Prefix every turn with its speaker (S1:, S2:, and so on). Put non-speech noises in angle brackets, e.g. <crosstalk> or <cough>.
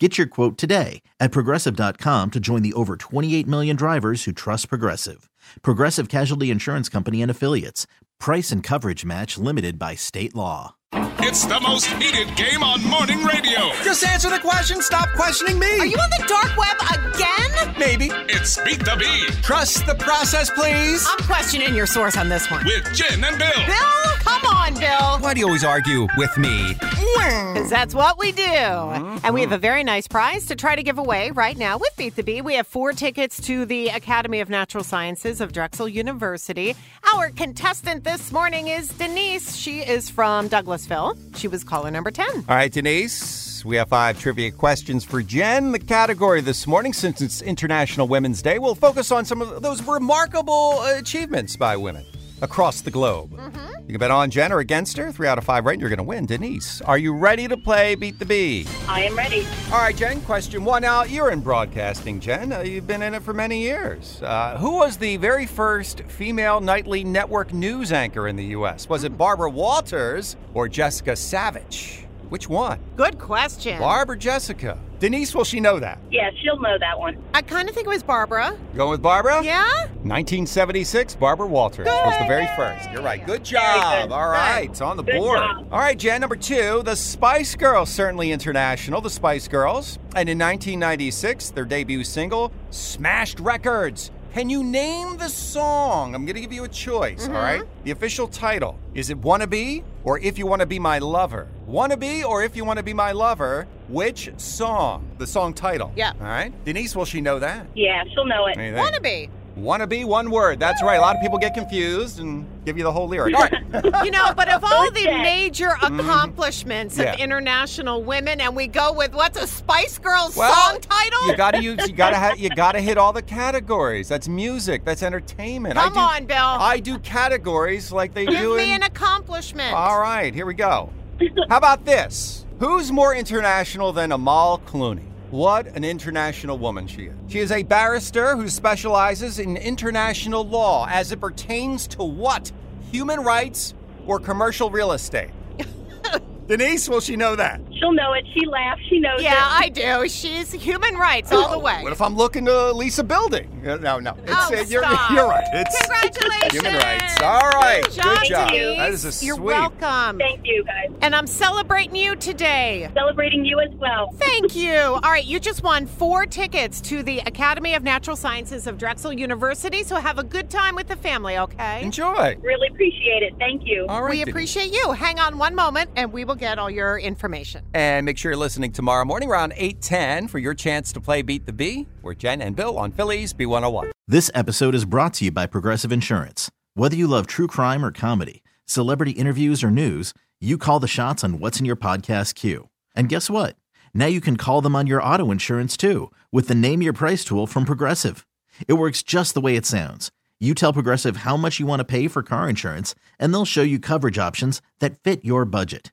S1: Get your quote today at progressive.com to join the over 28 million drivers who trust Progressive. Progressive Casualty Insurance Company and Affiliates. Price and coverage match limited by state law.
S2: It's the most heated game on morning radio.
S3: Just answer the question. Stop questioning me.
S4: Are you on the dark web again?
S3: Maybe.
S2: It's Beat the Bee
S3: Trust the process, please.
S4: I'm questioning your source on this one.
S2: with Jen and Bill.
S4: Bill, come on, Bill.
S3: Why do you always argue with me?
S4: Because that's what we do. And we have a very nice prize to try to give away right now with Beat the Bee. We have four tickets to the Academy of Natural Sciences of Drexel University. Our contestant this morning is Denise. She is from Douglasville. She was caller number 10.
S3: All right, Denise, we have five trivia questions for Jen. The category this morning, since it's International Women's Day, we'll focus on some of those remarkable uh, achievements by women across the globe. You can bet on Jen or against her. Three out of five right, and you're going to win. Denise, are you ready to play Beat the Bee?
S5: I am ready.
S3: All right, Jen, question one. Now, you're in broadcasting, Jen. Uh, you've been in it for many years. Uh, who was the very first female nightly network news anchor in the U.S.? Was it Barbara Walters or Jessica Savage? Which one?
S4: Good question.
S3: Barbara Jessica. Denise, will she know that?
S5: Yeah, she'll know that one.
S4: I kind of think it was Barbara.
S3: Going with Barbara?
S4: Yeah?
S3: 1976, Barbara Walters was the very first. You're right. Good job. All right. It's on the
S5: Good
S3: board.
S5: job.
S3: All right, Jen, number two. The Spice Girls, certainly international, the Spice Girls. And in 1996, their debut single smashed records. Can you name the song? I'm going to give you a choice, all right? The official title is it Wanna Be or If You Wanna Be My Lover? Wanna Be or If You Wanna Be My Lover? Which song? The song title.
S4: Yeah.
S3: All right. Denise, will she know that?
S5: Yeah, she'll know
S3: What
S5: it.
S3: do you think?
S4: Wannabe.
S3: Wanna be one word. That's right. A lot of people get confused and give you the whole lyric. All right.
S4: You know, but of all the
S5: Okay.
S4: major accomplishments
S3: Mm-hmm. Yeah.
S4: of international women, and we go with what's a Spice Girls <laughs> song title?
S3: You gotta use. You gotta. Ha- you gotta hit all the categories. That's music. That's entertainment.
S4: Come
S3: I
S4: on,
S3: do,
S4: Bill.
S3: I do categories like they
S4: Give
S3: do.
S4: me
S3: in-
S4: an accomplishment.
S3: all right. Here we go. How about this? Who's more international than Amal Clooney? What an international woman she is. She is a barrister who specializes in international law as it pertains to what? Human rights or commercial real
S4: <laughs>
S3: estate? Denise, will she know that?
S5: She'll know it. She laughs. She knows
S4: Yeah,
S5: it.
S4: I do. She's human rights all the way.
S3: What if I'm looking to lease a building? Uh, No, no. It's,
S4: Oh,
S3: uh, you're,
S4: stop.
S3: you're right. It's
S4: Congratulations.
S3: human rights. All right. Good job.
S4: Denise.
S3: That is a
S4: You're
S3: sweep.
S4: welcome.
S5: Thank you, guys.
S4: And I'm celebrating you today.
S5: Celebrating you as well.
S4: Thank you. All right, you just won four tickets to the Academy of Natural Sciences of Drexel University, so have a good time with the family, okay?
S3: Enjoy.
S5: Really appreciate it. Thank you.
S3: All right.
S4: We
S3: Denise.
S4: appreciate you. Hang on one moment and we will get all your information.
S3: And make sure you're listening tomorrow morning around 8:10 for your chance to play Beat the Bee. We're Jen and Bill on Phillies B101.
S1: This episode is brought to you by Progressive Insurance. Whether you love true crime or comedy, celebrity interviews or news, you call the shots on what's in your podcast queue. And guess what? Now you can call them on your auto insurance too with the Name Your Price tool from Progressive. It works just the way it sounds. You tell Progressive how much you want to pay for car insurance, and they'll show you coverage options that fit your budget.